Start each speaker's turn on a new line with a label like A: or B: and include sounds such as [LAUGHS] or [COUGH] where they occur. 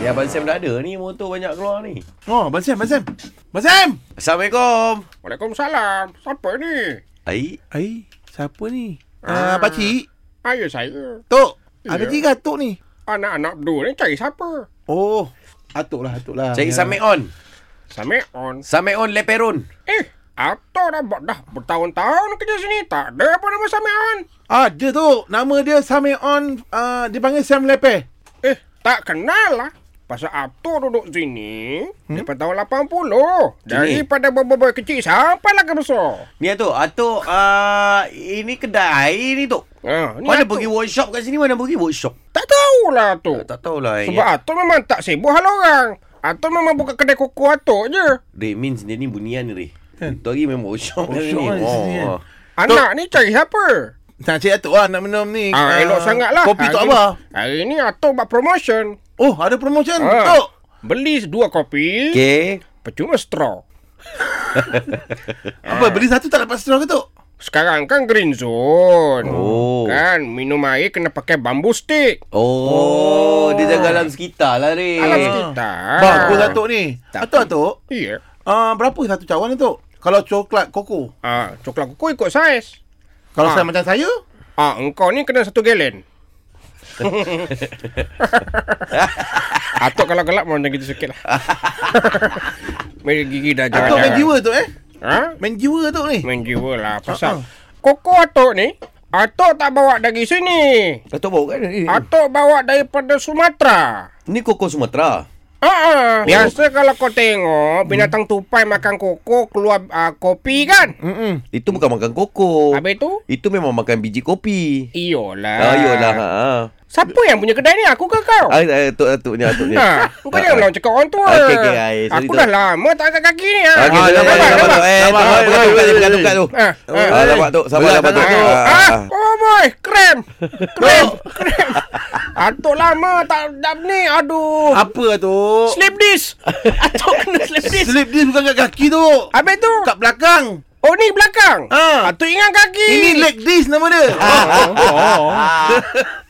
A: Ya Abang Sam dah ada ni Motor banyak keluar ni
B: Oh, Abang Sam, Abang Sam. Abang Sam!
A: Assalamualaikum
C: Waalaikumsalam. Siapa ni?
A: Ai
B: Ai, siapa ni? Ah, uh, pakcik.
C: Ayah saya.
B: Tok.
C: Ya.
B: Ada tiga atuk ni.
C: Anak-anak berdua ni cari siapa?
B: Oh, atuk lah, atuk lah.
A: Cari
B: Ya.
A: Samek On
C: Samik on.
A: Samek On Leperon
C: Eh, apa dah buat dah bertahun-tahun kerja sini tak ada apa nama Samik on.
B: Ada tu. Nama dia Samek On. Uh, dia panggil Sam Lepe.
C: Eh, tak kenal lah. Pasal Abto duduk sini hmm? daripada tahun 80. Daripada bobo-bobo kecil sampailah ke besar.
A: Ni lah Atok Atok uh, Ini kedai ni Tok
C: Ha, ni
A: Mana
C: Atok.
A: pergi workshop kat sini Mana pergi workshop
C: Tak tahulah Atok.
A: Tak tahulah
C: Sebab
A: ya.
C: Atok memang tak sibuk hal orang. Atok memang buka kedai kuku Atok je.
A: Ray means dia ni bunian ni Ray
B: Kan?
A: Tu hari memang workshop kat
B: Workshop
A: sini
B: lah di sini, kan?
A: Oh
C: Anak ni cari siapa?
B: Nak cari atuk lah, nak minum ni.
C: Ah, elok sangat lah.
B: Kopi tok
C: Hari-
B: apa?
C: Hari ni Atok buat promotion.
B: Oh, ada promotion.
C: Ah.
B: Tok.
C: Beli dua kopi, okay.
A: Okay
C: percuma straw. Ah.
B: Apa, beli satu tak dapat straw ke, Tok?
C: Sekarang kan green zone.
A: Oh.
C: Kan minum air kena pakai bambu stick.
A: Oh, oh. Dia jaga alam sekitar lah Ray
C: Alam
B: Ah.
C: sekitar.
B: Bagus atuk ni.
A: Tak
B: Atuk, atuk.
C: Iya.
B: Uh, berapa satu cawan ni, Tok? Kalau coklat koko.
C: Ah, coklat kuku ikut saiz.
B: Kalau
C: Ah.
B: saya macam saya,
C: Ah, engkau ni kena satu
B: [LAUGHS]
C: gelen. Atok kalau gelap macam gitu sikit
B: [LAUGHS]
C: lah. Main gigi dah jangan.
B: atuk main jiwa, Tok eh.
C: Ha?
B: Main jiwa, Tok ni.
C: Main jiwa lah.
B: Ah, ah.
C: Pasal. Koko Atok ni, Atok tak bawa dari sini.
A: Atok bawa kan ni
C: Atok bawa daripada Sumatera.
A: Ni koko Sumatera Oh.
C: Ah, ah. biasa kalau kau
A: Hmm.
C: tengok binatang tupai makan koko keluar ah, kopi kan.
A: Hmm.
B: Mm-mm.
A: Itu bukan makan koko
C: Habis tu,
A: Itu memang makan biji kopi
C: iyalah.
A: Ah, Ayolah ha.
C: Siapa yang punya kedai ni? Aku ke kau?
A: Ah, ah, Atuk, atuk ni, atuk ni
C: Ha, kau
A: Ah,
C: jangan lawan cakap orang tua.
A: Okey, okey, ah, eh, sorry,
C: aku
A: Tok.
C: dah lama tak angkat kaki ni. Ah,
A: Okey,
C: Ah,
A: sabar,
C: nampak,
A: sabar, sabar,
C: nampak?
A: Eh,
B: Sabar,
A: sabar,
B: eh,
A: bukan
B: eh,
A: tukar tu, bukan
B: eh,
A: tukar tu.
C: Ah, ah.
A: Ah, nampak tu, sabar,
B: Belah
A: sabar tu.
B: tangan tu.
A: Ah, ah,
C: Ah,
A: ah.
C: oh boy, krem.
B: [LAUGHS]
C: Krem, krem. Atuk lama tak tak ni. Aduh.
B: Apa, Tok?
C: Slip
B: [LAUGHS]
C: disc. Atuk kena slip disc.
B: Slip dia bukan kat kaki, Tok.
C: Habis tu.
B: Kat belakang.
C: Oh ni belakang.
B: Ah.
C: Eh. Atuk ingat kaki.
B: Ini leg this nama dia.
C: Oh, oh.